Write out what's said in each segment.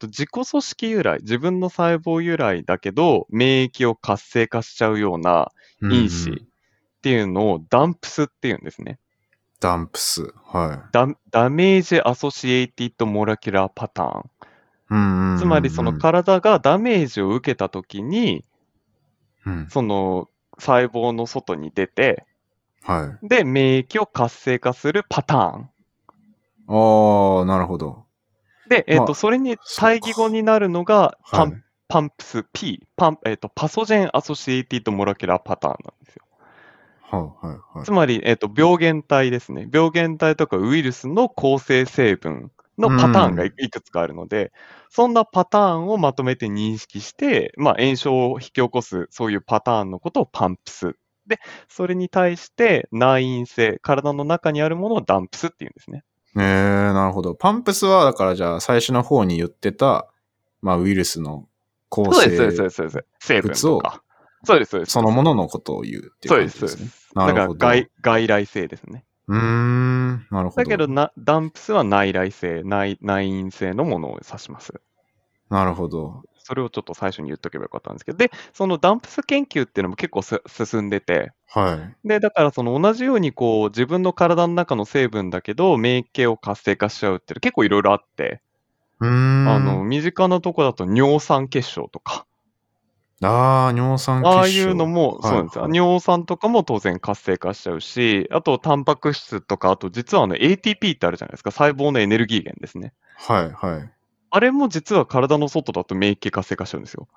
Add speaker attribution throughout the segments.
Speaker 1: と自己組織由来、自分の細胞由来だけど、免疫を活性化しちゃうような
Speaker 2: うん
Speaker 1: 因子っていうのをダンプスっていうんですね。
Speaker 2: ダンプス。は
Speaker 1: ダダメージアソシエイティッドモラキュラーパターン。
Speaker 2: い。うんうんうんうん
Speaker 1: つまりその、体がダメージを受けた時に、
Speaker 2: うん
Speaker 1: その細胞の外に出て、
Speaker 2: はい。
Speaker 1: で、免疫を活性化するパターン。
Speaker 2: ああ、なるほど。
Speaker 1: で、えっ、
Speaker 2: ま
Speaker 1: と、
Speaker 2: あ
Speaker 1: それに
Speaker 2: そっか
Speaker 1: 対義語になるのが、パ
Speaker 2: は
Speaker 1: ン
Speaker 2: い。
Speaker 1: パンプス P、パンえっとパソジェン・アソシエイティッド・モラキュラー・パターンなんですよ。
Speaker 2: はいはいはい
Speaker 1: つ。まり、えっと病原体ですね。病原体とかウイルスの構成成分のパターンがいいくつかあるので、そんなパターンをまとめて認識して、まあ、炎症を引き起こす、そういうパターンのことをパンプス。で、それに対して内因性、体の中にあるものをダンプスっていうんですね。
Speaker 2: えー、なるほど。パンプスは、だからじゃあ、最初の方に言ってた、まあ、ウイルスの構
Speaker 1: そうで
Speaker 2: 成
Speaker 1: す、そうです、そうですそうです。成分とか。そうです、そうです。
Speaker 2: そのもののことを言うっていう
Speaker 1: そう
Speaker 2: 感
Speaker 1: で
Speaker 2: じ
Speaker 1: す、そうで
Speaker 2: で
Speaker 1: す
Speaker 2: ね。
Speaker 1: す。
Speaker 2: な
Speaker 1: だか
Speaker 2: る
Speaker 1: ら
Speaker 2: ほど
Speaker 1: 外外来性ですね。
Speaker 2: うーん、なるほ
Speaker 1: だ
Speaker 2: ど。
Speaker 1: けどな、ダンプスは内来性、内内因性のものを指します。
Speaker 2: なるほど。
Speaker 1: それをちょっと最初に言っとけばよかったんですけど、で、そのダンプス研究っていうのも結構す進んでて、
Speaker 2: はい。
Speaker 1: で、だからその同じようにこう自分の体の中の成分だけど免疫系を活性化しちゃうっていうの結構いろいろあって、
Speaker 2: うーん。
Speaker 1: あの、身近なとこだと尿酸結晶とか、
Speaker 2: あー尿酸結晶。
Speaker 1: ああいうのも、そうなんですよ。
Speaker 2: はい
Speaker 1: 尿酸とかも当然活性化しちゃうし、あとタンパク質とか、あと実はあの ATP ってあるじゃないですか、細胞のエネルギー源ですね。
Speaker 2: はい、はい。
Speaker 1: あれも実は体の外だと免疫系活性化しちゃうんですよ。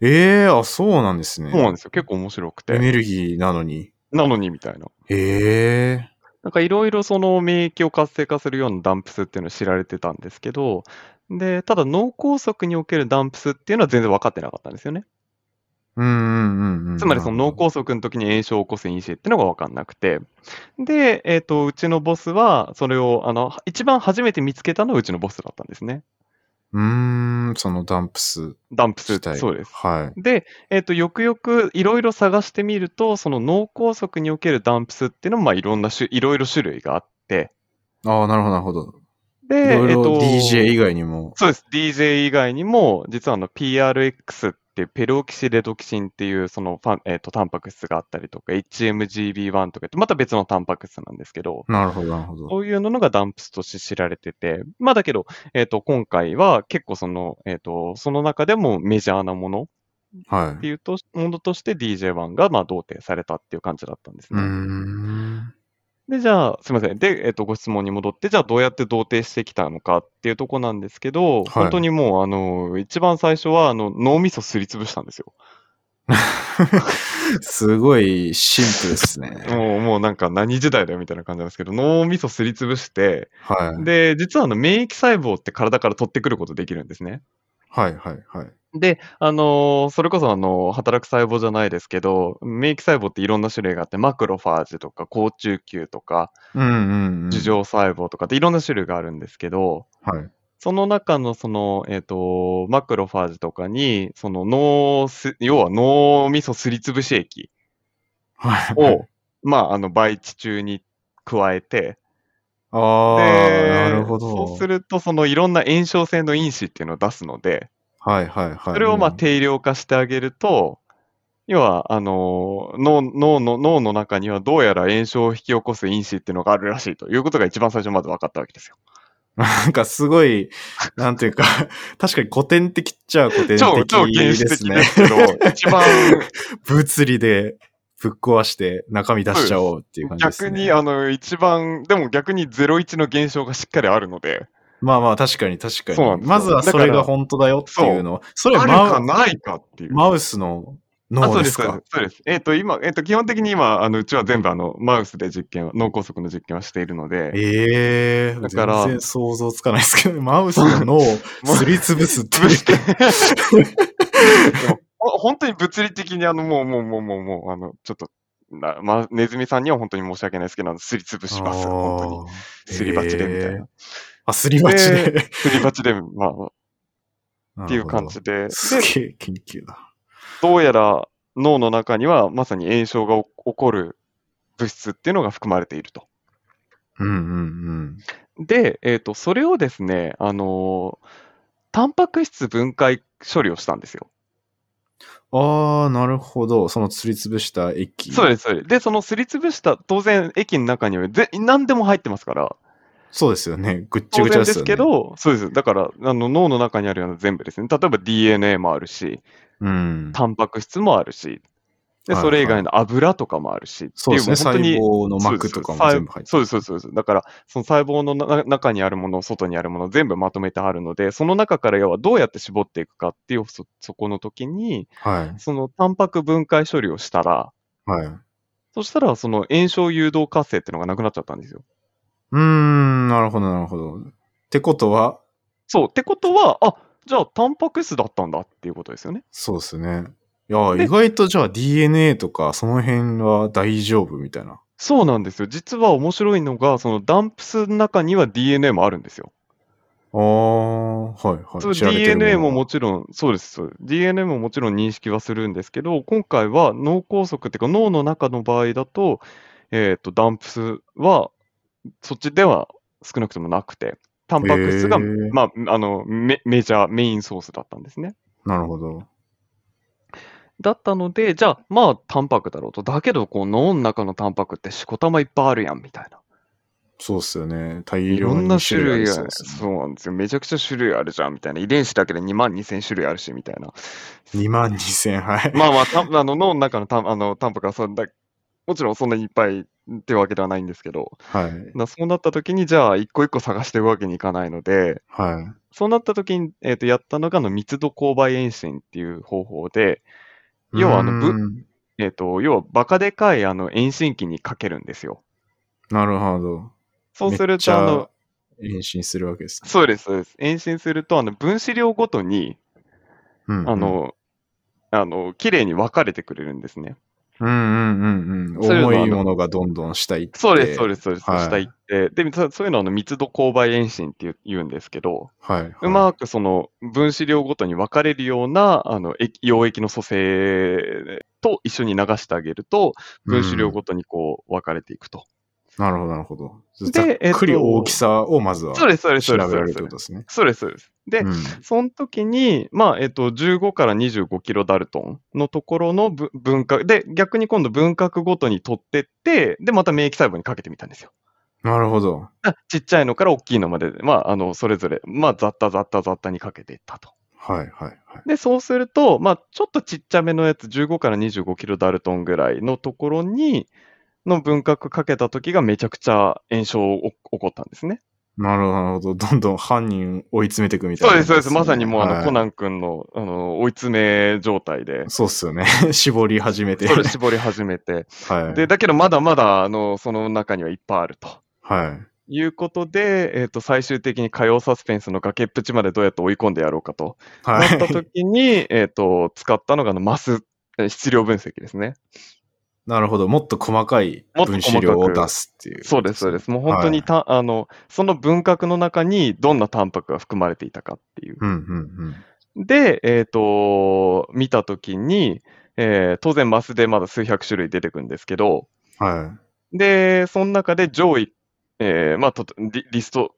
Speaker 2: ええー、あ、そうなんですね。
Speaker 1: そうなんですよ。結構面白く
Speaker 2: エ
Speaker 1: て。
Speaker 2: ネルギーなのに。
Speaker 1: なのにみたいな。
Speaker 2: ええ
Speaker 1: なんかいろいろその免疫を活性化するようなダンプスっていうのは知られてたんですけど、で、ただ脳梗塞におけるダンプスっていうのは全然分かってなかったんですよね。
Speaker 2: ー。うんうんうんうん。
Speaker 1: つまりその脳
Speaker 2: なる
Speaker 1: 梗塞の時に炎症を起こす因子っていうのが分かんなくて。で、えっ、と、うちのボスは、それを、あの、一番初めて見つけたのはうちのボスだったんですね。
Speaker 2: ほど。うーん、そのダンプス
Speaker 1: ダンプス
Speaker 2: 自
Speaker 1: って
Speaker 2: 体。
Speaker 1: そうです。
Speaker 2: は
Speaker 1: で、えっ、と、よくよくいろいろ探してみると、その脳梗塞におけるダンプスっていうのも、まあ、いろんな種、いろいろ種類があって、
Speaker 2: い。ああ、なるほど、なるほど。
Speaker 1: で、
Speaker 2: いろい
Speaker 1: えっ、
Speaker 2: ろ
Speaker 1: と、
Speaker 2: DJ 以外にも。
Speaker 1: そうです。DJ 以外にも、実はあの PRX っていうペロキシレドキシンっていうそのファン、えっとタンパク質があったりとか、HMGB1 とかってまた別のタンパク質なんですけど、
Speaker 2: なるほど、なるほど。
Speaker 1: そういうのがダンプスとして知られてて、まあだけど、えっ、と、今回は結構その、えっ、と、その中でもメジャーなもの
Speaker 2: は
Speaker 1: っ
Speaker 2: い。
Speaker 1: ていうと、ものとして DJ1 がまあ同定されたっていう感じだったんです
Speaker 2: うー
Speaker 1: ね。
Speaker 2: ん。
Speaker 1: で、じゃあ、すみません。で、えっと、ご質問に戻って、じゃあ、どうやって同定してきたのかっていうとこなんですけど、本当にもう、あの、一番最初は、あの、脳みそすりつぶしたんですよ。
Speaker 2: すごいシンプルですね。
Speaker 1: もう、もうなんか何時代だよみたいな感じなんですけど、脳みそすりつぶして、
Speaker 2: はい。
Speaker 1: で、実はあの、免疫細胞って体から取ってくることできるんですね。
Speaker 2: はい、はい、はい。
Speaker 1: で、あのーそれこそあのー働く細胞じゃないですけど、免疫細胞っていろんな種類があって、マクロファージとか、好中球とか、
Speaker 2: うんうんうん。
Speaker 1: 樹。状細胞とかっていろんな種類があるんですけど、
Speaker 2: はい。
Speaker 1: その中のその、えっ、と、マクロファージとかに、その脳す、要は脳みそすりつぶし液
Speaker 2: はい。
Speaker 1: を、まあ、あの、培地中に加えて、
Speaker 2: ああ、
Speaker 1: で
Speaker 2: なるほど。
Speaker 1: そうすると、そのいろんな炎症性の因子っていうのを出すので、
Speaker 2: はいはいはい。
Speaker 1: それをまあ
Speaker 2: うん
Speaker 1: 定量化してあげると、要は、あの脳、脳の、脳の中にはどうやら炎症を引き起こす因子っていうのがあるらしいということが一番最初まず分かったわけですよ。
Speaker 2: なんかすごい、なんていうか、確かに古典的っちゃ古典
Speaker 1: 超、超
Speaker 2: 的
Speaker 1: 原
Speaker 2: で
Speaker 1: 始
Speaker 2: す
Speaker 1: 的
Speaker 2: ね。
Speaker 1: ですけど、 一番
Speaker 2: 物理でぶっ壊して中身出しちゃおうっていう感じですね。
Speaker 1: 逆に、あの、一番、でも逆に01の現象がしっかりあるので、
Speaker 2: まあまあ確かに確か
Speaker 1: そうなんです
Speaker 2: に。
Speaker 1: よ
Speaker 2: まずはそれが本当だよっていうのを。それ
Speaker 1: あるか
Speaker 2: マウ
Speaker 1: ないかっていう。
Speaker 2: マウスの
Speaker 1: あそ
Speaker 2: 脳
Speaker 1: うで
Speaker 2: で
Speaker 1: す
Speaker 2: す
Speaker 1: そう
Speaker 2: か
Speaker 1: です。そうです。えっ、と、今、えっ、と、基本的に今、あの、うちは全部、あの、マウスで実験を、脳梗塞の実験はしているので、
Speaker 2: ええ
Speaker 1: だから
Speaker 2: 全然想像つかないですけど、マウスの脳をすりつぶすっていう
Speaker 1: 潰 して、でもほ本当に物理的に、あの、もう、もう、もう、もう、もう、あの、ちょっと、なま、ネズミさんには本当に申し訳ないですけど、あのすりつぶします。本当に。
Speaker 2: あー
Speaker 1: すり鉢でみたい
Speaker 2: えー
Speaker 1: な。
Speaker 2: あ、すり鉢で。
Speaker 1: すり鉢で、まあ、っていう感じで。
Speaker 2: す
Speaker 1: で
Speaker 2: げえ研究だ。
Speaker 1: どうやら脳の中にはまさに炎症が起起こる物質っていうのが含まれていると。
Speaker 2: うんうんうん。
Speaker 1: で、えー、とそれをですね、あのータンパク質分解処理をしたんですよ。
Speaker 2: ああ、なるほど。そのすりつぶした液。
Speaker 1: そうです、そうです。で、そのすりつぶした、当然液の中にはぜ何でも入ってますから、
Speaker 2: そうですよね。ぐっち
Speaker 1: 当
Speaker 2: ゃぐちゃ
Speaker 1: 然
Speaker 2: です
Speaker 1: です
Speaker 2: よね。
Speaker 1: け。ど、そうです。だからあの脳の中にあるような全部ですね。例えば DNA もあるし、
Speaker 2: うん。
Speaker 1: タンパク質もあるし、で
Speaker 2: はい
Speaker 1: それ以外の油とかもあるし、
Speaker 2: そうですね。
Speaker 1: っていう
Speaker 2: 細
Speaker 1: もう本当に
Speaker 2: 胞の膜とかも全部入って
Speaker 1: そうです、そうです、そうです。だから、その細胞のな中にあるもの、外にあるもの、全部まとめてあるので、その中から要はどうやって絞っていくかっていう、そそこの時に、
Speaker 2: はい。
Speaker 1: そのタンパク分解処理をしたら、
Speaker 2: はい。う
Speaker 1: そしたら、その炎症誘導活性っていうのがなくなっちゃったんですよ。
Speaker 2: ーん、なるほど、なるほど。ってことは、
Speaker 1: そう。ってことは、あじゃあ、タンパク質だったんだっていうことですよね。
Speaker 2: そうですね。いや、意外とじゃあ DNA とかその辺は大丈夫みたいな。
Speaker 1: そうなんですよ。実は面白いのが、そのダンプスの中には DNA もあるんですよ。
Speaker 2: ああ、はいはい。
Speaker 1: そう
Speaker 2: 知られてる
Speaker 1: DNA も
Speaker 2: のは
Speaker 1: もちろん、そうです、そうです DNA ももちろん認識はするんですけど、今回は脳梗塞っていうか、脳の中の場合だと、えっ、と、ダンプスは、そっちでは少なくともなくて、タンパク質が、
Speaker 2: へー
Speaker 1: まあ、あのメ、メジャー、メインソースだったんですね。
Speaker 2: なるほど。
Speaker 1: だったので、じゃあ、まあ、タンパクだろうと。だけど、こう、脳の中のタンパクってしこたまいっぱいあるやん、みたいな。
Speaker 2: そうっすよね。大
Speaker 1: い
Speaker 2: 量
Speaker 1: ろんな
Speaker 2: の
Speaker 1: 種
Speaker 2: 種類あ
Speaker 1: 類
Speaker 2: り
Speaker 1: が、
Speaker 2: そうですね。
Speaker 1: そうなんですよ。めちゃくちゃ種類あるじゃん、みたいな。遺伝子だけで2万2000種類あるし、みたいな。
Speaker 2: 2万2000、はい。
Speaker 1: まあまあ、たあの脳の中のたあのタンパクはそんな、もちろんそんなにいっぱいってわけではないんですけど、
Speaker 2: はい。
Speaker 1: なそうなった時に、じゃあ、一個一個探していくわけにいかないので、
Speaker 2: は
Speaker 1: そうなった時に、えっとやったのがあの密度勾配遠心っていう方法で、
Speaker 2: い。
Speaker 1: 要はあのぶ
Speaker 2: うーん
Speaker 1: えっと要はバカでかいあの遠心機にかけるんですよ。
Speaker 2: なるほど。
Speaker 1: そうす
Speaker 2: め
Speaker 1: る
Speaker 2: っち
Speaker 1: と、
Speaker 2: ゃ
Speaker 1: あの、
Speaker 2: 延伸するわけですね。
Speaker 1: そうです、そうです。遠心すると、あの分子量ごとに、
Speaker 2: うんうん
Speaker 1: あ、の、あの、綺麗に分かれてくれるんですね。
Speaker 2: うんうんうんうん。
Speaker 1: そういうのは
Speaker 2: 重
Speaker 1: あの
Speaker 2: いものがどんどん下行って。
Speaker 1: そうです、そう
Speaker 2: です。
Speaker 1: です、そうです。
Speaker 2: はい
Speaker 1: 下行って。で、そそういうのはあの密度勾配遠心って言う言うんですけど、
Speaker 2: はい、はいう
Speaker 1: まくその分子量ごとに分かれるようなあの液溶液の組成と一緒に流してあげると、分子量ごとにこう分かれていくと。
Speaker 2: なるほど、なるほど。
Speaker 1: で
Speaker 2: ざっくり
Speaker 1: えっと
Speaker 2: 大きさをまずは
Speaker 1: そうです、そうです、そう
Speaker 2: 調
Speaker 1: です。
Speaker 2: べ
Speaker 1: そ
Speaker 2: ら
Speaker 1: う
Speaker 2: れる
Speaker 1: で
Speaker 2: ってこ
Speaker 1: す
Speaker 2: とですね。
Speaker 1: そうです、そうです。で、
Speaker 2: うん
Speaker 1: その時に、まあ、えっと、15から25キロダルトンのところのぶ分割、で、逆に今度分割ごとに取ってって、で、また免疫細胞にかけてみたんですよ。
Speaker 2: なるほど。
Speaker 1: あちっちゃいのから大きいのまで、まあ、あの、それぞれ、まあ、ざったざったざったにかけていったと。
Speaker 2: はいはいはい。
Speaker 1: で、そうすると、まあ、ちょっとちっちゃめのやつ、15から25キロダルトンぐらいのところに、の分割かけた時がめちゃくちゃ炎症を起こったんですね。
Speaker 2: なるほど。どんどん犯人追い詰めていくみた
Speaker 1: そ
Speaker 2: い
Speaker 1: う
Speaker 2: な、
Speaker 1: です、そうです。まさにもう、あの、コ
Speaker 2: ン。
Speaker 1: ナン君の、あの、追い詰め状態で、
Speaker 2: そうっすよね。 絞り始めて。
Speaker 1: それ絞り始めて。
Speaker 2: はい。
Speaker 1: で、だけどまだまだ、あの、その中にはいっぱいあると。
Speaker 2: はい。
Speaker 1: いうことで、えっ、と、最終的に火曜サスペンスの崖っぷちまでどうやって追い込んでやろうかと。
Speaker 2: は
Speaker 1: なった
Speaker 2: い。
Speaker 1: 時 に、えっ、と、使ったのがあのマス、え質量分析ですね。
Speaker 2: なるほど。もっと細かい
Speaker 1: もっと
Speaker 2: 分
Speaker 1: 細
Speaker 2: 子
Speaker 1: かく
Speaker 2: 量を出すっていう。。
Speaker 1: そうです、そうですす。もう本当にた、あの、その分割の中にどんなタンパクが含まれていたかっていう。
Speaker 2: うんうん
Speaker 1: で、えっ、と、見た時に、えー当然マスでまだ数百種類出てくるんですけど、
Speaker 2: うん。は
Speaker 1: で、その中で上位、えーまあとリ、リスト、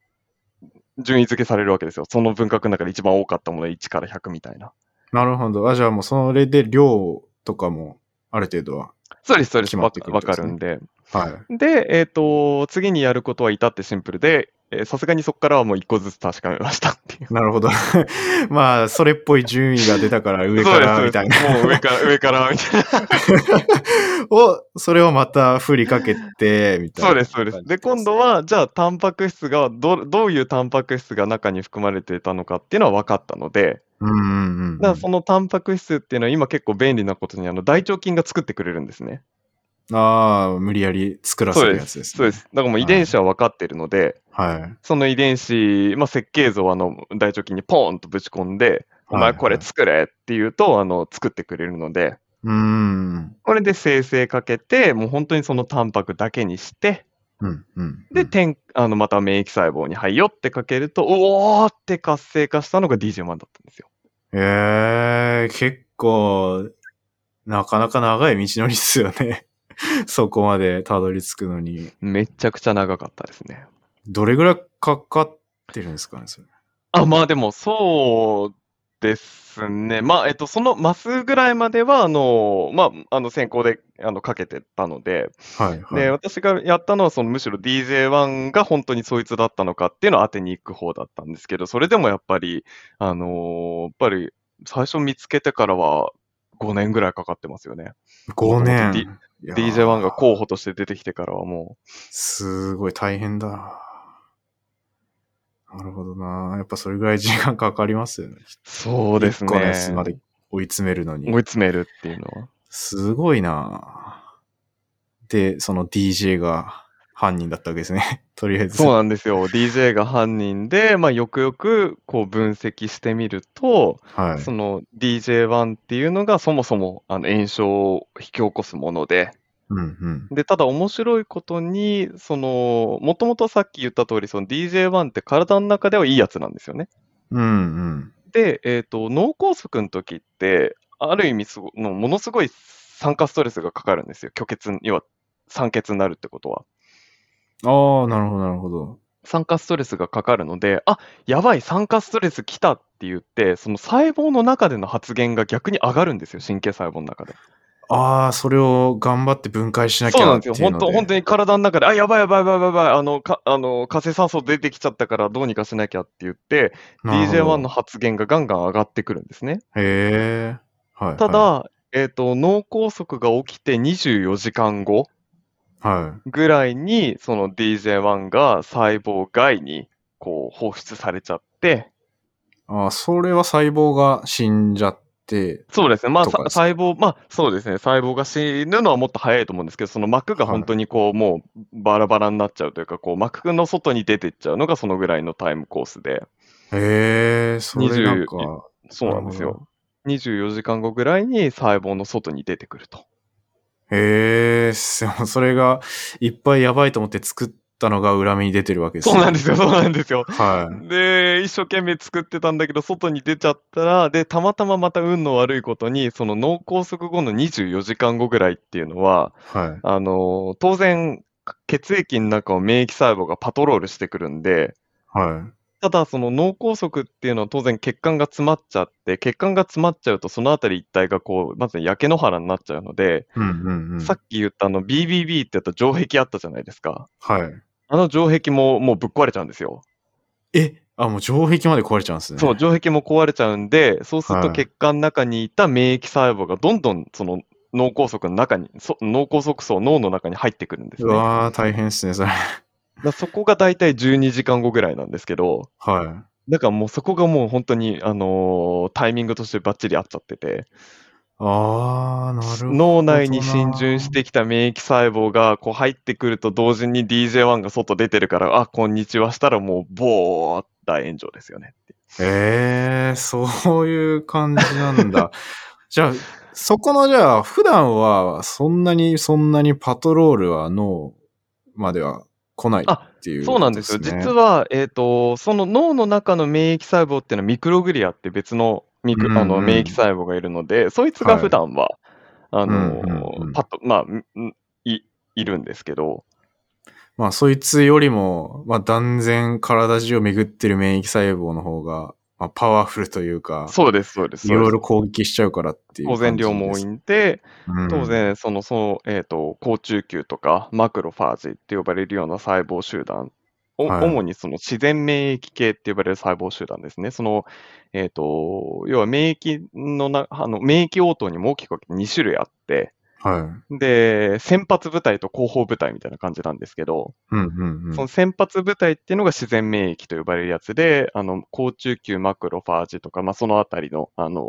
Speaker 1: 順位付けされるわけですよ。その分割の中で一番多かったもの1から100みたいな。
Speaker 2: い。なるほど。あ、じゃあもうそれで量とかもある程度は。
Speaker 1: そうです、そうです。
Speaker 2: 決ま
Speaker 1: わ
Speaker 2: ってくる
Speaker 1: わ
Speaker 2: ってこ
Speaker 1: か
Speaker 2: とです
Speaker 1: る
Speaker 2: ね
Speaker 1: んで。
Speaker 2: はい。
Speaker 1: で、えっ、と、次にやることは至ってシンプルで、えーさすがにそこからはもう一個ずつ確かめましたっていう。
Speaker 2: なるほど。 まあ、それっぽい順位が出たから上か
Speaker 1: そうです
Speaker 2: らみたいな。
Speaker 1: そうですもう上から、上から、みたいな。
Speaker 2: を、それをまた振りかけて、みたいな。
Speaker 1: そうです、そうです。で、今度は、じゃあ、タンパク質がど、どういうタンパク質が中に含まれていたのかっていうのは分かったので、
Speaker 2: うんうんうんうん。
Speaker 1: だからそのタンパク質っていうのは今結構便利なことに、あの、大腸菌が作ってくれるんですね。
Speaker 2: ああ、無理やり作らせるやつです、ね。
Speaker 1: そうです。だからもう遺伝子は分かってるので、
Speaker 2: はい。
Speaker 1: その遺伝子、まあ、設計図をあの、大腸菌にポーンとぶち込んで、お
Speaker 2: はい
Speaker 1: 前
Speaker 2: はい
Speaker 1: これ作れって言うと、あの、作ってくれるので、
Speaker 2: うーん。
Speaker 1: これで生成かけて、もう本当にそのタンパクだけにして、
Speaker 2: うんうん。
Speaker 1: で、てんあのまた免疫細胞に、はいよってかけると、おーって活性化したのが DJ1 だったんですよ。
Speaker 2: ええー、結構、なかなか長い道のりっすよね。 そこまでたどり着くのに。
Speaker 1: めちゃくちゃ長かったですね。
Speaker 2: どれぐらいかかってるんですかね、それ。
Speaker 1: あ、まあでも、そうですね。まあ、えっと、そのマスぐらいまでは、あの、まあ、あの、先行で、あの、かけてたので、
Speaker 2: はい、はい。
Speaker 1: で、私がやったのは、その、むしろ DJ1 が本当にそいつだったのかっていうのを当てに行く方だったんですけど、それでもやっぱり、あのーやっぱり、最初見つけてからは、5年ぐらいかかってますよね。
Speaker 2: 5年。
Speaker 1: D-
Speaker 2: いやー
Speaker 1: DJ1 が候補として出てきてからはも
Speaker 2: すごい大変だ。なるほどな。やっぱそれぐらい時間かかりますよね。
Speaker 1: う、そうです
Speaker 2: 一個のやつ
Speaker 1: ね。
Speaker 2: まで追い詰めるのに
Speaker 1: 追い。詰めるっていうのは。
Speaker 2: すごいな。で、その DJ が犯人だったわけですね。 とりあえず。
Speaker 1: そうなんです よ。DJ が犯人で、まあ、よくよくこう分析してみると、
Speaker 2: はい。
Speaker 1: その DJ1 っていうのがそもそもあの炎症を引き起こすもので、
Speaker 2: うんうん。
Speaker 1: で、ただ面白いことに、その、もともとさっき言った通り、その DJ1 って体の中ではいいやつなんですよね。
Speaker 2: うんうん。
Speaker 1: で、えっ、と、脳梗塞の時って、ある意味すごの、ものすごい酸化ストレスがかかるんですよ。虚血、要は酸欠になるってことは。
Speaker 2: ああ、なるほど、なるほど。
Speaker 1: 酸化ストレスがかかるので、あやばい、酸化ストレス来たって言って、その細胞の中での発現が逆に上がるんですよ、神経細胞の中で。
Speaker 2: ああ、それを頑張って分解しなき
Speaker 1: そうな
Speaker 2: ゃ
Speaker 1: ん
Speaker 2: っ
Speaker 1: で
Speaker 2: て
Speaker 1: す
Speaker 2: い
Speaker 1: よ、
Speaker 2: うので。
Speaker 1: 本当、本当に体の中で、あやばい、やばい、やばい、やばい、あのかあの活性酸素出てきちゃったから、どうにかしなきゃって言って、
Speaker 2: なるほど
Speaker 1: DJ1 の。発現がガンガン上がってくるんですね。
Speaker 2: へえ。はい、はい。
Speaker 1: ただ、、えーと、脳梗塞が起きて24時間後
Speaker 2: は
Speaker 1: ぐらいに、その DJ1 が細胞外にこう放出されちゃって、
Speaker 2: い。ああ、それは細胞が死んじゃって、
Speaker 1: そうですね、まあ、
Speaker 2: とか
Speaker 1: さ
Speaker 2: ですか
Speaker 1: 細胞、まあ、そうですね、細胞が死ぬのはもっと早いと思うんですけど、その膜が本当にこう、もうバラバラになっちゃうというか、こう膜の外に出てっちゃうのがそのぐらいのタイムコースで、
Speaker 2: へえ、それなんか、
Speaker 1: そうなんです
Speaker 2: なるほ
Speaker 1: よ。24時間後ぐらいに細胞の外に出てくると。
Speaker 2: へえ、そそれがいっぱいやばいと思って作ったのが裏目に出てるわけですね。
Speaker 1: そうなんですよ、そうなんですよ。
Speaker 2: はい。
Speaker 1: で、一生懸命作ってたんだけど、外に出ちゃったら、で、たまたままた運の悪いことに、その脳梗塞後の24時間後ぐらいっていうのは、
Speaker 2: はい。
Speaker 1: あの当然、血液の中を免疫細胞がパトロールしてくるんで、
Speaker 2: はい。
Speaker 1: ただ、その脳梗塞っていうのは当然血管が詰まっちゃって、血管が詰まっちゃうと、そのあたり一帯がこう、まず焼け野原になっちゃうので、
Speaker 2: うんうんうん。
Speaker 1: さっき言ったあの BBB ってやった城壁あったじゃないですか。
Speaker 2: はい。
Speaker 1: あの城壁ももうぶっ壊れちゃうんですよ。
Speaker 2: え、あ、もう城壁まで壊れちゃうんですね。
Speaker 1: そう、城壁も壊れちゃうんで、そうする
Speaker 2: は
Speaker 1: と
Speaker 2: い
Speaker 1: 血管の中にいた免疫細胞がどんどんその脳梗塞の中に、そ脳梗塞層、脳の中に入ってくるんです
Speaker 2: う
Speaker 1: ね。
Speaker 2: わー、大変ですね、それ。
Speaker 1: だからそこが大体12時間後ぐらいなんですけど、
Speaker 2: は
Speaker 1: だからもうそこがもう本当に、あのータイミングとしてバッチリ合っちゃってて、
Speaker 2: い。あー、なるほど。
Speaker 1: 脳内に浸潤してきた免疫細胞がこう入ってくると同時に DJ1 が外出てるから、あ、こんにちはしたらもう、ボー大炎上ですよねって。
Speaker 2: えー、そういう感じなんだ。 じゃあ、そこの、じゃあ、普段は、そんなに、そんなにパトロールは脳までは来ないっていう、
Speaker 1: そうなんですよ。実。は、えっ、と、その脳の中の免疫細胞っていうのはミクログリアって別のミク、あ
Speaker 2: うん
Speaker 1: の
Speaker 2: うん
Speaker 1: 免疫細胞がいるので、そいつが普段は、あの
Speaker 2: うんうんうん
Speaker 1: パッと、まあ、んい、いるんですけど、
Speaker 2: まあ、そいつよりも、まあ、断然体中を巡ってる免疫細胞の方が、まあ、パワフルというか、
Speaker 1: そうです、そうです。
Speaker 2: いろいろ
Speaker 1: そう
Speaker 2: 攻撃しちゃうからってい
Speaker 1: です
Speaker 2: う
Speaker 1: 当
Speaker 2: 感じです。
Speaker 1: 然量も多いんで、
Speaker 2: うん
Speaker 1: 当。然、その、その、えっ、と、好中球とか、マクロファージって呼ばれるような細胞集団、お
Speaker 2: はい
Speaker 1: 主にその自然免疫系って呼ばれる細胞集団ですね。その、えっ、と、要は免疫のな、あの、免疫応答にも大きく分けて2種類あって、
Speaker 2: はい。
Speaker 1: で、先発部隊と後方部隊みたいな感じなんですけど、
Speaker 2: うんうんうん
Speaker 1: そ。の先発部隊っていうのが自然免疫と呼ばれるやつで、あの、高中球マクロファージとか、まあ、そのあたりの、あの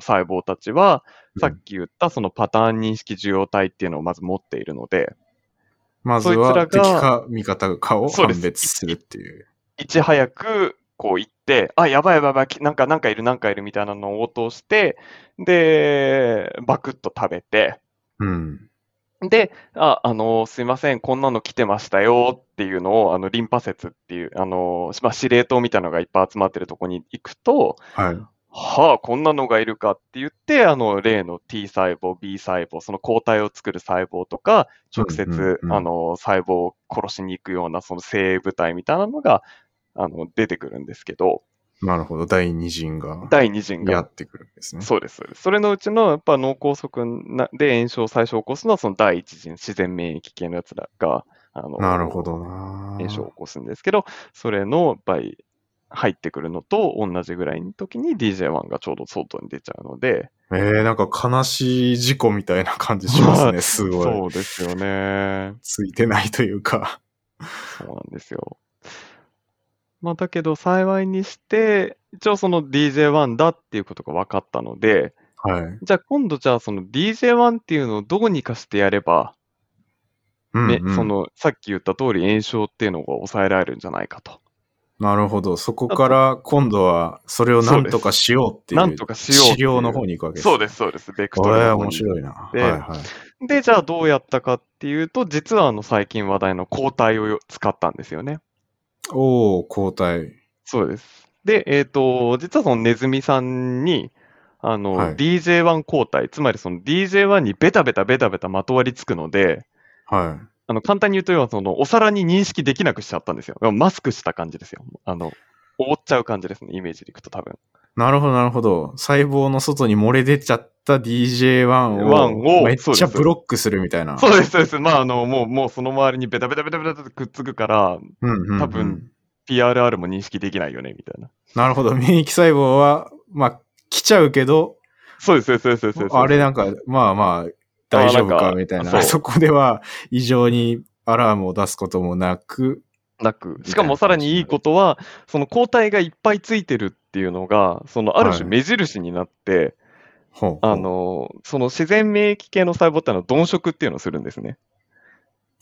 Speaker 1: 細胞たちは、さっき言ったそのパターン認識受容体っていうのをまず持っているので、
Speaker 2: まず
Speaker 1: そいつ
Speaker 2: は
Speaker 1: らが
Speaker 2: 敵か味方かを
Speaker 1: そうで
Speaker 2: 判
Speaker 1: す
Speaker 2: 別するっていう。
Speaker 1: いち早くこう行って、あ、やばいやばいやばい、きなんか、なんかいる、なんかいるみたいなのを応答して、で、バクッと食べて、
Speaker 2: うん。
Speaker 1: で、あ、あのすいません、こんなの来てましたよっていうのを、あの、リンパ節っていう、あのまあ、司令塔みたいなのがいっぱい集まってるとこに行くと、
Speaker 2: はい。
Speaker 1: はあ、こんなのがいるかって言って、あの、例の T 細胞、B 細胞、その抗体を作る細胞とか、直接、
Speaker 2: うんうんうん
Speaker 1: あの、細胞を殺しに行くような、その生部体みたいなのが、あの、出てくるんですけど、
Speaker 2: なるほど。第二陣が
Speaker 1: 第二陣
Speaker 2: や
Speaker 1: が。
Speaker 2: ってくるんですね。
Speaker 1: そうです。そうですそれのうちの、やっぱ脳梗塞なで炎症を最初起こすのは、その第一陣、自然免疫系のやつらが、あの
Speaker 2: なるほどな。
Speaker 1: 炎症を起こすんですけど、それのやっぱり入ってくるのと同じぐらいの時に DJ1 がちょうど外に出ちゃうので、
Speaker 2: えー、なんか悲しい事故みたいな感じしますね。すごい。
Speaker 1: そうですよね。
Speaker 2: ついてないというか。
Speaker 1: そうなんですよ。まあ、だけど幸いにして、一応その DJ1 だっていうことが分かったので、
Speaker 2: はい。
Speaker 1: じゃあ今度じゃあその DJ1 っていうのをどうにかしてやれば、
Speaker 2: うん
Speaker 1: ね、
Speaker 2: うん
Speaker 1: そのさっき言った通り炎症っていうのが抑えられるんじゃないかと。
Speaker 2: なるほど。そこから今度はそれをなんとかしようっていう。
Speaker 1: なんとかしようって
Speaker 2: 治
Speaker 1: いう
Speaker 2: 療の方に行くわけです。
Speaker 1: そうです、そうです。ベク
Speaker 2: こ
Speaker 1: トル
Speaker 2: れ
Speaker 1: の方
Speaker 2: 面
Speaker 1: に
Speaker 2: 白いな。はい
Speaker 1: で
Speaker 2: はい。
Speaker 1: で、じゃあどうやったかっていうと、実はあの最近話題の抗体をよ使ったんですよね。
Speaker 2: おお抗体。
Speaker 1: そうです。で、えっ、と、実はそのネズミさんに、あの、
Speaker 2: はい
Speaker 1: DJ1 抗体、つまりその DJ1 にベタベタベタベタまとわりつくので、
Speaker 2: は
Speaker 1: あの、簡単に言うと、要はその、お皿に認識できなくしちゃったんですよ。マスクした感じですよ。あの、覆っちゃう感じですね、イメージでいくと多分。
Speaker 2: い。なるほど、なるほど。細胞の外に漏れ出ちゃった DJ1 を
Speaker 1: ワンを
Speaker 2: めっ
Speaker 1: そう
Speaker 2: ち
Speaker 1: で
Speaker 2: ゃ
Speaker 1: す
Speaker 2: ブロックするみたいな。
Speaker 1: そうです、そうです。まあ、あの、もう、もうその周りにベタベタベタベタとくっつくから、
Speaker 2: うんうんうん
Speaker 1: 多分。PRR も認識できないよね、みたいな。
Speaker 2: なるほど。免疫細胞は、まあ、来ちゃうけど、
Speaker 1: そうです、そうです、そうです。そうです
Speaker 2: あれなんか、まあまあ、大丈夫
Speaker 1: あな
Speaker 2: か
Speaker 1: んか
Speaker 2: みたいな。
Speaker 1: そう
Speaker 2: そこでは、異常にアラームを出すこともなく、
Speaker 1: なく、
Speaker 2: みたいな
Speaker 1: しかもさらにいいことは、その抗体がいっぱいついてるっていうのが、そのある種
Speaker 2: はい
Speaker 1: 目印になって、
Speaker 2: ほう
Speaker 1: あ、のその自然免疫系の細胞っていうのは、鈍食っていうのをするんですね。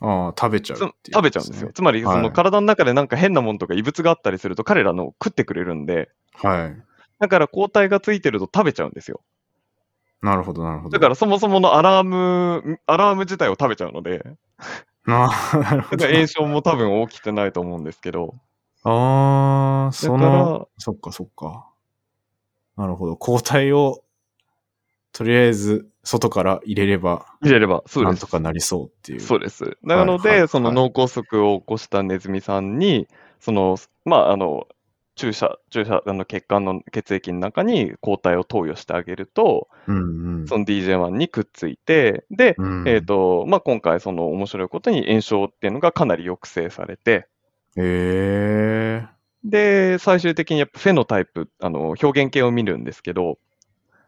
Speaker 2: ああ食べちゃう
Speaker 1: つ
Speaker 2: ってい
Speaker 1: 食
Speaker 2: うことね、
Speaker 1: べちゃうんですよ。つまり、
Speaker 2: はい
Speaker 1: その体の中でなんか変なものとか異物があったりすると、彼らのを食ってくれるんで、
Speaker 2: はい。
Speaker 1: だから抗体がついてると食べちゃうんですよ。
Speaker 2: なるほど、なるほど。
Speaker 1: だからそもそものアラーム、アラーム自体を食べちゃうので、
Speaker 2: な あなるほ
Speaker 1: だ
Speaker 2: ど
Speaker 1: から。炎症も多分起きてないと思うんですけど、
Speaker 2: ああ、
Speaker 1: だ
Speaker 2: そ
Speaker 1: か
Speaker 2: の、
Speaker 1: ら、
Speaker 2: そっかそっか。なるほど。抗体を、とりあえず、外から入れれば、
Speaker 1: 入れれば、そう
Speaker 2: な
Speaker 1: で
Speaker 2: ん
Speaker 1: す
Speaker 2: と。かなりそうっていう。
Speaker 1: そうです。なので、
Speaker 2: はいはい
Speaker 1: その
Speaker 2: はい
Speaker 1: 脳梗塞を起こしたネズミさんに、その、まあ、あの、注射、注射、あの血管の血液の中に抗体を投与してあげると、
Speaker 2: うんうん。
Speaker 1: その DJ1 にくっついて、で、
Speaker 2: うん
Speaker 1: えっ、と、まあ、今回、その面白いことに炎症っていうのがかなり抑制されて、
Speaker 2: ええ
Speaker 1: で、最終的にやっぱフェノタイプ、あの、表現系を見るんですけど、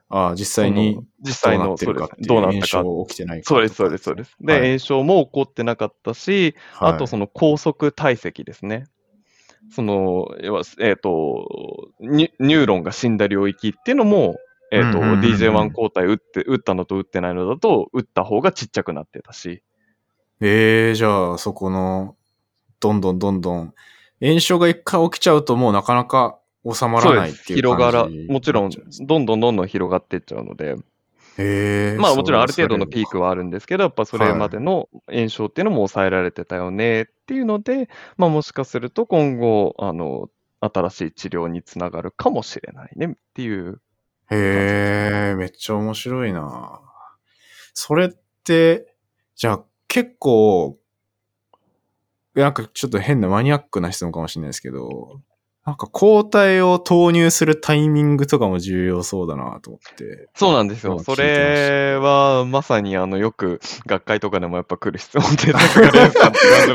Speaker 2: ああ、実際
Speaker 1: そ
Speaker 2: に
Speaker 1: の、実
Speaker 2: どう
Speaker 1: 際
Speaker 2: な
Speaker 1: の、
Speaker 2: って
Speaker 1: そう
Speaker 2: る
Speaker 1: で
Speaker 2: かっ
Speaker 1: す
Speaker 2: てい
Speaker 1: ねどう
Speaker 2: う。
Speaker 1: なった
Speaker 2: 炎
Speaker 1: か。
Speaker 2: 症起きてないか
Speaker 1: そうです、そうです、そうです。で、
Speaker 2: はい
Speaker 1: 炎症も起こってなかったし、
Speaker 2: はい
Speaker 1: あとその高速体積ですね。その、要は、えっ、とニュ、ニューロンが死んだ領域っていうのも、えっ、と、
Speaker 2: うんうんうんうん
Speaker 1: DJ1 抗体打って、打ったのと打ってないのだと、打った方がちっちゃくなってたし、
Speaker 2: ええじゃあ、そこの、どんどんどんどん、炎症が一回起きちゃうともうなかなか収まらないっていう
Speaker 1: 広
Speaker 2: 感じ
Speaker 1: がら、もちろん、
Speaker 2: へ
Speaker 1: どんどんどんどん広がっていっちゃうので、
Speaker 2: え
Speaker 1: まあもちろんある程度のピークはあるんですけど、やっぱそれ
Speaker 2: はい
Speaker 1: までの炎症っていうのも抑えられてたよねっていうので、まあもしかすると今後、あの、新しい治療につながるかもしれないねっていう。
Speaker 2: へえ、めっちゃ面白いな。それって、じゃあ結構、なんかちょっと変なマニアックな質問かもしれないですけど、なんか抗体を投入するタイミングとかも重要そうだなと思って。
Speaker 1: そうなんです
Speaker 2: う
Speaker 1: よ。
Speaker 2: ん
Speaker 1: それはまさにあのよく学会とかでもやっぱ来る質問で、なんか連鎖って感じなん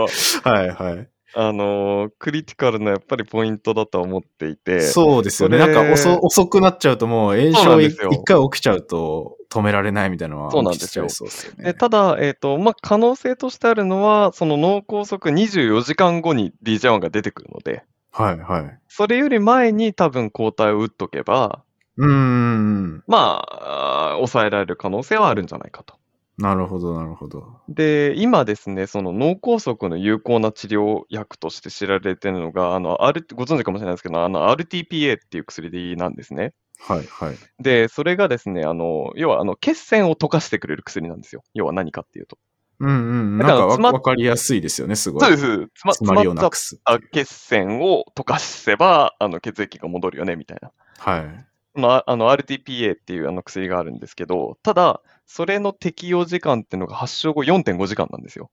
Speaker 1: ですけ ど、
Speaker 2: はいはい。
Speaker 1: あの、クリティカルなやっぱりポイントだと思っていて、
Speaker 2: そうですよね。
Speaker 1: そ
Speaker 2: な
Speaker 1: れ
Speaker 2: んか遅遅くなっちゃうともう炎
Speaker 1: そうな
Speaker 2: 症
Speaker 1: ん
Speaker 2: い
Speaker 1: ですよ
Speaker 2: 一回起きちゃうと止められないみたいなのは
Speaker 1: そうなん
Speaker 2: 起
Speaker 1: で
Speaker 2: き
Speaker 1: す
Speaker 2: ちゃ
Speaker 1: よ
Speaker 2: いそうですよね
Speaker 1: で。ただ、えっとまあ、可能性としてあるのは、その脳梗塞24時間後に DJ1 が出てくるので、
Speaker 2: はいはい。
Speaker 1: それより前に多分抗体を打っとけば、
Speaker 2: うーん。
Speaker 1: まあ、あー抑えられる可能性はあるんじゃないかと。
Speaker 2: なるほどなるほど。
Speaker 1: で、今ですね、その脳梗塞の有効な治療薬として知られているのが、あの、R、ご存知かもしれないですけど、あの、RTPA っていう薬なんですね。
Speaker 2: はいはい。
Speaker 1: で、それがですね、あの、要は、あの、血栓を溶かしてくれる薬なんですよ。要は何かっていうと。
Speaker 2: うんうん。
Speaker 1: だ
Speaker 2: な
Speaker 1: から
Speaker 2: んかわ
Speaker 1: 詰まっ
Speaker 2: わかりやすいですよね、すごい。
Speaker 1: そうです。つま
Speaker 2: 詰まりをなくす。
Speaker 1: あ血栓を溶かせば、あの血液が戻るよね、みたいな。
Speaker 2: はい。
Speaker 1: まあ、あの RTPA っていうあの薬があるんですけど、ただ、それの適用時間っていうのが発症後4.5時間なんですよ。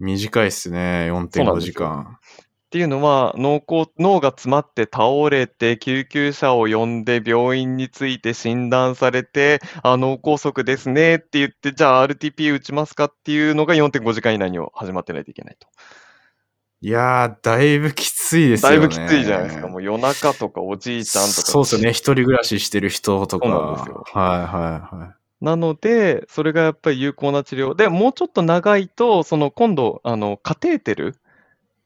Speaker 2: 短いっすね、
Speaker 1: そうなん
Speaker 2: 4.5
Speaker 1: ですよ
Speaker 2: 時間。
Speaker 1: っていうのは脳こう脳が詰まって倒れて救急車を呼んで病院について診断されてあ脳梗塞ですねって言ってじゃあ RTP 打ちますかっていうのが4.5時間以内に始まってないといけないと。
Speaker 2: いやー、だいぶきついですよ
Speaker 1: だ
Speaker 2: ね。
Speaker 1: いぶきついじゃないですか。もう夜中とかおじいちゃんとか。
Speaker 2: そうですよね。一人暮らししてる人とか。
Speaker 1: そうなんですよ
Speaker 2: はいはいはい。
Speaker 1: なので、それがやっぱり有効な治療。で、もうちょっと長いと、その今度、あの、カテーテル、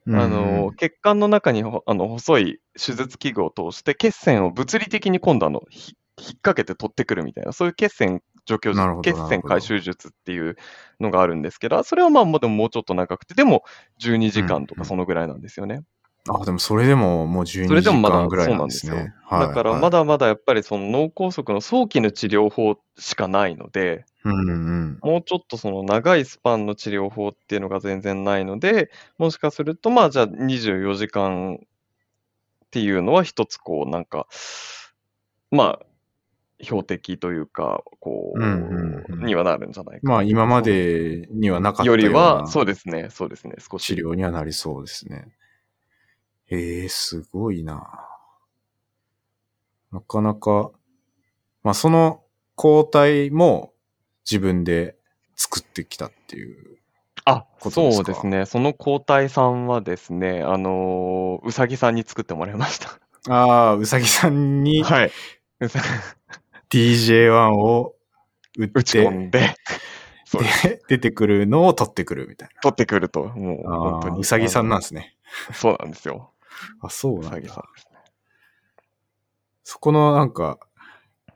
Speaker 1: あの、血管の中にほあの細い手術器具を通して、血栓を物理的に今度あの、ひ引っ掛けて取ってくるみたいな、そういう血栓除去
Speaker 2: なるほ
Speaker 1: 術、
Speaker 2: ど
Speaker 1: 血栓回収術っていうのがあるんですけど、それはまあ、もうでももうちょっと長くて、でも12時間と
Speaker 2: うんうん
Speaker 1: かそのぐらいなんですよね。
Speaker 2: うん、あ、でもそれでももう12
Speaker 1: それでも
Speaker 2: 時
Speaker 1: まだ
Speaker 2: 間ぐらいなんで
Speaker 1: そ
Speaker 2: す
Speaker 1: うなん
Speaker 2: ね
Speaker 1: で。だからま
Speaker 2: だ、
Speaker 1: だまだやっぱりその脳梗塞の早期の治療法しかないので、
Speaker 2: うんうん。
Speaker 1: もうちょっとその長いスパンの治療法っていうのが全然ないので、もしかすると、まあじゃあ24時間っていうのは一つこうなんか、まあ、標的というか、こう、
Speaker 2: うんうんうん
Speaker 1: にはなるんじゃないかな。
Speaker 2: まあ今までにはなかった
Speaker 1: より
Speaker 2: うな
Speaker 1: は、そうですね、そうですね、少
Speaker 2: 治
Speaker 1: し。
Speaker 2: 療にはなりそうですね。ええすごいな。なかなか、まあその抗体も自分で作ってきたっていう。
Speaker 1: あ、
Speaker 2: ことです
Speaker 1: そ
Speaker 2: か
Speaker 1: うですね、その抗体さんはですね、あのーうさぎさんに作ってもらいました。
Speaker 2: ああ、うさぎさんに
Speaker 1: はい。 うさ
Speaker 2: DJ1 を打って、
Speaker 1: 打ち込んで、そうです。
Speaker 2: で出てくるのを取ってくるみたい
Speaker 1: 取ってくると、もう
Speaker 2: な。
Speaker 1: 本当
Speaker 2: あー
Speaker 1: に。
Speaker 2: うさぎさんなんですね。
Speaker 1: そうなんですよ。
Speaker 2: あ、そう
Speaker 1: う
Speaker 2: な
Speaker 1: さ
Speaker 2: ん
Speaker 1: ぎさん
Speaker 2: だ。
Speaker 1: ですね。
Speaker 2: そこのなんか、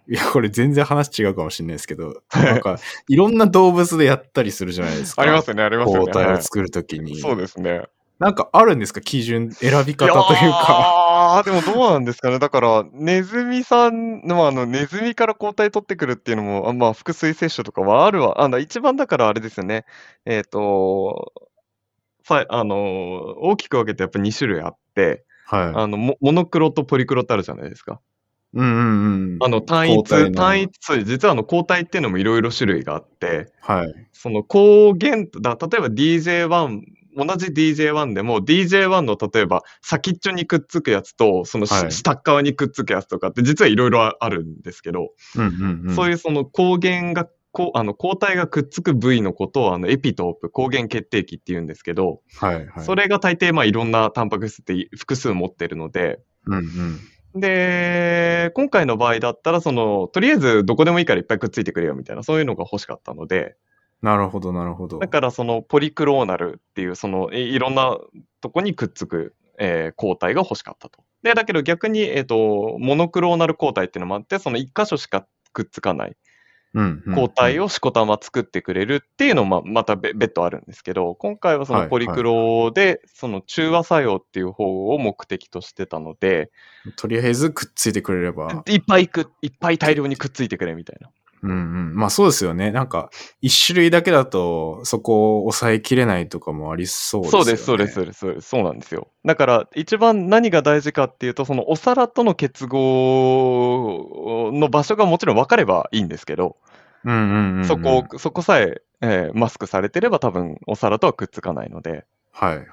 Speaker 2: いや、これ全然話違うかもしれないですけど、なんか、いろんな動物でやったりするじゃないですか。
Speaker 1: ありますよね、ありますよ
Speaker 2: 抗
Speaker 1: ね。
Speaker 2: 体
Speaker 1: は
Speaker 2: を作るときに、
Speaker 1: いそうですね。
Speaker 2: なんかあるんですか基準、選び方というか。
Speaker 1: ああ、でもどうなんですかね。だから、ネズミさんの、あの、ネズミから抗体取ってくるっていうのも、あまあ、腹水摂取とかはあるわ。あの、一番だからあれですよね。えっ、と、さあの、大きく分けてやっぱ2種類あって、
Speaker 2: はい。
Speaker 1: あの、モモノクロとポリクロってあるじゃないですか。
Speaker 2: うんうんうん。
Speaker 1: あの単
Speaker 2: 抗体
Speaker 1: 一、
Speaker 2: の
Speaker 1: 単一、そう実はあの抗体っていうのもいろいろ種類があって、
Speaker 2: はい。
Speaker 1: その抗原と、だ例えば DJ1、同じ DJ1 でも DJ1 の例えば先っちょにくっつくやつと、そのし、
Speaker 2: はい
Speaker 1: 下っ側にくっつくやつとかって実はいろいろあるんですけど、
Speaker 2: うんうんうん。
Speaker 1: そう
Speaker 2: いう
Speaker 1: いうその抗原が、こうあの抗体がくっつく部位のことをあのエピトープ、抗原決定器って言うんですけど、
Speaker 2: う。はいはい。
Speaker 1: それが大抵まあいろんなタンパク質って複数持ってるので、
Speaker 2: うんうん。
Speaker 1: で、今回の場合だったら、その、とりあえずどこでもいいからいっぱいくっついてくれよみたいな、そういうのが欲しかったので、
Speaker 2: なるほどなるほど。
Speaker 1: だからそのポリクローナルっていう、その、いいろんなとこにくっつく、えー抗体が欲しかったと。で、だけど逆に、えっ、と、モノクローナル抗体っていうのもあって、その一箇所しかくっつかない
Speaker 2: うんうん
Speaker 1: 抗体をしこたま作ってくれるっていうのも、まあまたべ別途あるんですけど、今回はそ
Speaker 2: は
Speaker 1: の
Speaker 2: い
Speaker 1: ポリクロで、その中和作用っていう方を目的としてたので、
Speaker 2: とりあえずくっついてくれれば。
Speaker 1: いっぱいく、いっぱい大量にくっついてくれみたいな。
Speaker 2: うんうん。まあそうですよね。なんか、一種類だけだと、そこを抑えきれないとかもありそうですよ
Speaker 1: そう
Speaker 2: ね。
Speaker 1: です、そうです、そうです、そうです、そうなんですよ。だから、一番何が大事かっていうと、そのお皿との結合の場所がもちろん分かればいいんですけど、
Speaker 2: うんうんうんうん。
Speaker 1: そこ、そこさええーマスクされてれば、多分お皿とはくっつかないので、
Speaker 2: はいはい。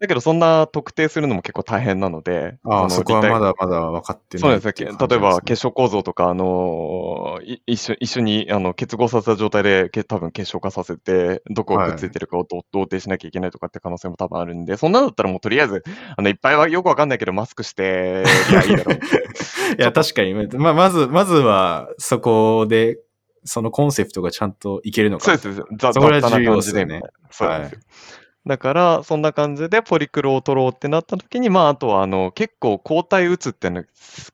Speaker 1: だけど、そんな特定するのも結構大変なので、
Speaker 2: ああ、
Speaker 1: の
Speaker 2: そこは
Speaker 1: 立体
Speaker 2: まだまだ分かって
Speaker 1: そう
Speaker 2: ない
Speaker 1: なん
Speaker 2: ってい
Speaker 1: です
Speaker 2: う
Speaker 1: よ
Speaker 2: 感じ
Speaker 1: 例えば
Speaker 2: なんですね
Speaker 1: 結晶構造とか、あのーい一緒一緒にあの結合させた状態でけ多分結晶化させて、どこがくっついてるかをど同定しなきゃいけないとかって可能性も多分あるんで、そんなのだったらもうとりあえず、あのいっぱいはよくわかんないけど、マスクして、いや、いい だろう。
Speaker 2: いや、確かに。まあ、まず、まずは、そこで、そのコンセプトがちゃんといけるのか。
Speaker 1: そうです、ざ
Speaker 2: そこら
Speaker 1: 雑多な
Speaker 2: 重要
Speaker 1: 感
Speaker 2: で
Speaker 1: じ
Speaker 2: す
Speaker 1: で
Speaker 2: よね
Speaker 1: みたいなそうなんですよ。だから、そんな感じでポリクロを取ろうってなった時に、まあ、あとはあの結構抗体打つってのは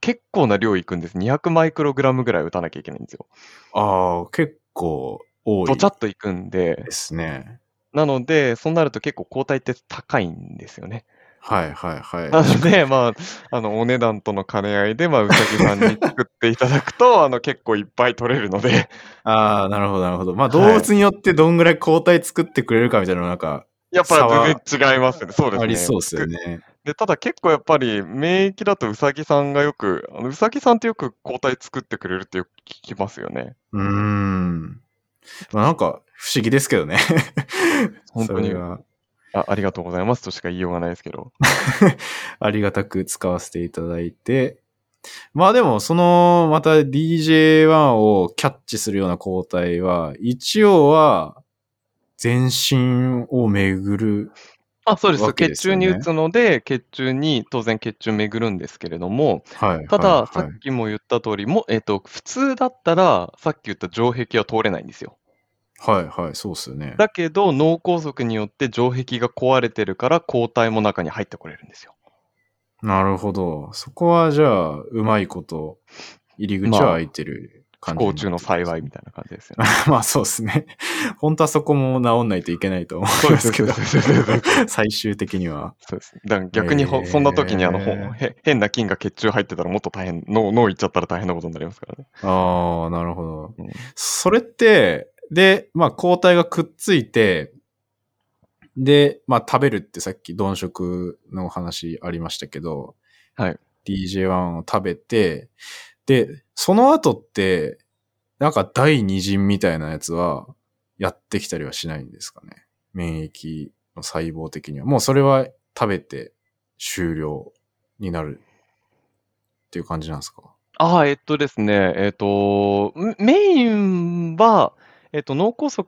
Speaker 1: 結構な量いくんです。200マイクログラムぐらい打たなきゃいけないんですよ。
Speaker 2: ああ、結構多
Speaker 1: ド
Speaker 2: い
Speaker 1: チャっといくんで
Speaker 2: で。すね。
Speaker 1: なので、そうなると結構抗体って高いんですよね。
Speaker 2: はいはいはい。
Speaker 1: なので、まあ、あの、お値段との兼ね合いで、まあ、うさぎさんに作っていただく と、あの、結構いっぱい取れるので、
Speaker 2: ああ、なるほどなるほど。まあ、動物によってどんぐらい抗体作ってくれるかみたいなのなんか、
Speaker 1: やっぱり全然違いますよね。そうですね。
Speaker 2: ありそうですよね。
Speaker 1: で、ただ結構やっぱり、免疫だとうさぎさんがよく、あのうさぎさんってよく抗体作ってくれるってよく聞きますよね。
Speaker 2: うーん。まあ、なんか、不思議ですけどね。
Speaker 1: 本当
Speaker 2: そ
Speaker 1: に
Speaker 2: れは
Speaker 1: あありがとうございますとしか言いようがないですけど。
Speaker 2: ありがたく使わせていただいて、まあでも、その、また DJ1 をキャッチするような交代は、一応は、全身を巡る。
Speaker 1: あ、そうです。
Speaker 2: わけで
Speaker 1: 血
Speaker 2: すよ
Speaker 1: 中
Speaker 2: ね
Speaker 1: に打つので、血中に、当然血中巡るんですけれども、
Speaker 2: はい。
Speaker 1: ただ、
Speaker 2: はい
Speaker 1: さ
Speaker 2: はい
Speaker 1: っきも言った通り、もえっ、と、普通だったら、さっき言った城壁は通れないんですよ。
Speaker 2: はい、はい、そうっすよね。
Speaker 1: だけど、脳梗塞によって城壁が壊れてるから、抗体も中に入ってこれるんですよ。
Speaker 2: なるほど。そこはじゃあ、うまいこと、入り口は開いてる
Speaker 1: 不
Speaker 2: 感じに
Speaker 1: 幸
Speaker 2: なって
Speaker 1: 中
Speaker 2: る
Speaker 1: の
Speaker 2: んですね、
Speaker 1: 幸いみたいな感じですよね。
Speaker 2: まあそうですね。本当はそこも治んないといけないと思いますけど
Speaker 1: そうですそうですそうで、
Speaker 2: 最終的には。
Speaker 1: そうです。だから逆にほ、そんな時にあの、ほ
Speaker 2: へー
Speaker 1: へ変な菌が血中入ってたらもっと大変、脳、脳いっちゃったら大変なことになりますからね。
Speaker 2: ああ、なるほど
Speaker 1: うん。
Speaker 2: それって、で、まあ抗体がくっついて、で、まあ食べるってさっき鈍食の話ありましたけど、
Speaker 1: はい。
Speaker 2: DJ1 を食べて、で、その後って、なんか第二陣みたいなやつはやってきたりはしないんですかね。免疫の細胞的には。もうそれは食べて終了になるっていう感じなんですか
Speaker 1: ああ、えっとですね、えっと、メメインは、えっと、脳梗塞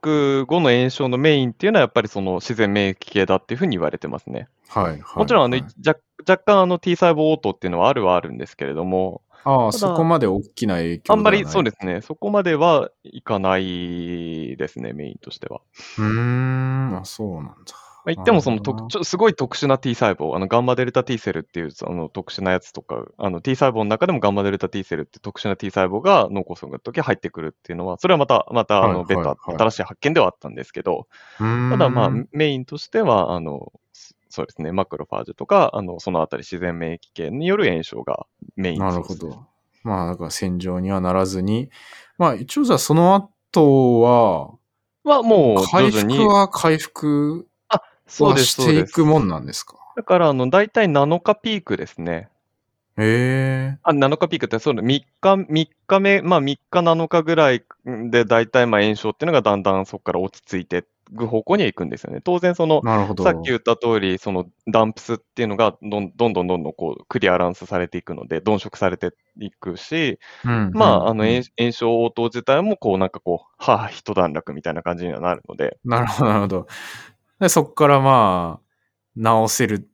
Speaker 1: 後の炎症のメインっていうのはやっぱりその自然免疫系だっていうふうに言われてますね。
Speaker 2: はい、はい。
Speaker 1: もちろんあの、
Speaker 2: はい
Speaker 1: 若若干あの T 細胞応答っていうのはあるはあるんですけれども、
Speaker 2: あ
Speaker 1: ただ
Speaker 2: あ、そこまで大きな影響で
Speaker 1: あ
Speaker 2: は
Speaker 1: んまり
Speaker 2: ない
Speaker 1: そうですね、そこまではいかないですね、メインとしては。
Speaker 2: うーん、あ、そうなんだ。
Speaker 1: まあ、言ってもそ
Speaker 2: な
Speaker 1: の
Speaker 2: るほどな
Speaker 1: 特ちょすごい特殊な T 細胞、あのガンマデルタ T セルっていうその特殊なやつとか、あの T 細胞の中でもガンマデルタ T セルって特殊な T 細胞が脳梗塞の時入ってくるっていうのは、それはまた、またあ
Speaker 2: はいは
Speaker 1: の
Speaker 2: い
Speaker 1: 別途
Speaker 2: はい
Speaker 1: 新しい発見ではあったんですけど、
Speaker 2: うーん
Speaker 1: ただまあメインとしては、あの、そそうですね、マクロファージュとか、あのそのあたり自然免疫系による炎症がメイン
Speaker 2: なる
Speaker 1: ソー
Speaker 2: ほ
Speaker 1: スです
Speaker 2: ど。まあ、だから戦場にはならずに、まあ、一応じゃあその後は、
Speaker 1: はもう
Speaker 2: 回
Speaker 1: 徐々
Speaker 2: 復
Speaker 1: に、
Speaker 2: は回復
Speaker 1: そう
Speaker 2: は
Speaker 1: です、
Speaker 2: し
Speaker 1: そう
Speaker 2: てい
Speaker 1: です。
Speaker 2: くもんなんですか
Speaker 1: だからあの大体7日ピークですね。
Speaker 2: へえ。
Speaker 1: あ、7日ピークって、そうだ、3日、3日目、まあ3日、7日ぐらいで、大体まあ炎症っていうのがだんだんそこから落ち着いていく方向には行くんですよね。当然、その、
Speaker 2: なるほど。
Speaker 1: さっき言った通り、そのダンプスっていうのがどんどんどんどんどんこうクリアランスされていくので、鈍色されていくし、
Speaker 2: うん
Speaker 1: ま
Speaker 2: うん
Speaker 1: あ、あの
Speaker 2: うん
Speaker 1: 炎炎症応答自体も、こうなんかこう、はあ、一段落みたいな感じにはなるので、
Speaker 2: なるほど、なるほど。でそこからまあ、直せる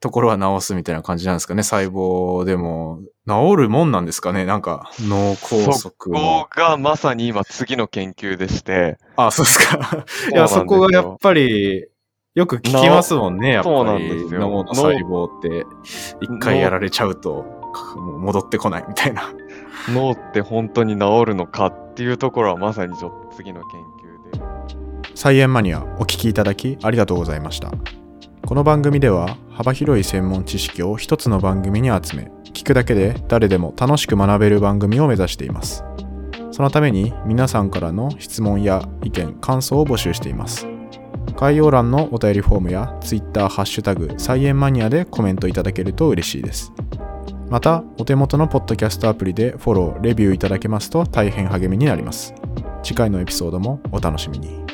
Speaker 2: ところは直すみたいな感じなんですかね。細胞でも、治るもんなんですかね。なんか、脳梗
Speaker 1: そ
Speaker 2: 塞
Speaker 1: こ
Speaker 2: を。
Speaker 1: がまさに今、次の研究でして、
Speaker 2: あ、そうですか。いや、そこがやっぱり、よく聞きますもんね、やっぱり。
Speaker 1: そうなんですよ
Speaker 2: 脳の細胞って、一回やられちゃうと、もう戻ってこないみたいな。
Speaker 1: 脳って本当に治るのかっていうところはまさにちょっと次の研究で。
Speaker 3: サイエンマニアお聞きいただきありがとうございましたこの番組では幅広い専門知識を一つの番組に集め聞くだけで誰でも楽しく学べる番組を目指していますそのために皆さんからの質問や意見感想を募集しています概要欄のお便りフォームや Twitter ハッシュタグサイエンマニアでコメントいただけると嬉しいですまたお手元のポッドキャストアプリでフォローレビューいただけますと大変励みになります次回のエピソードもお楽しみに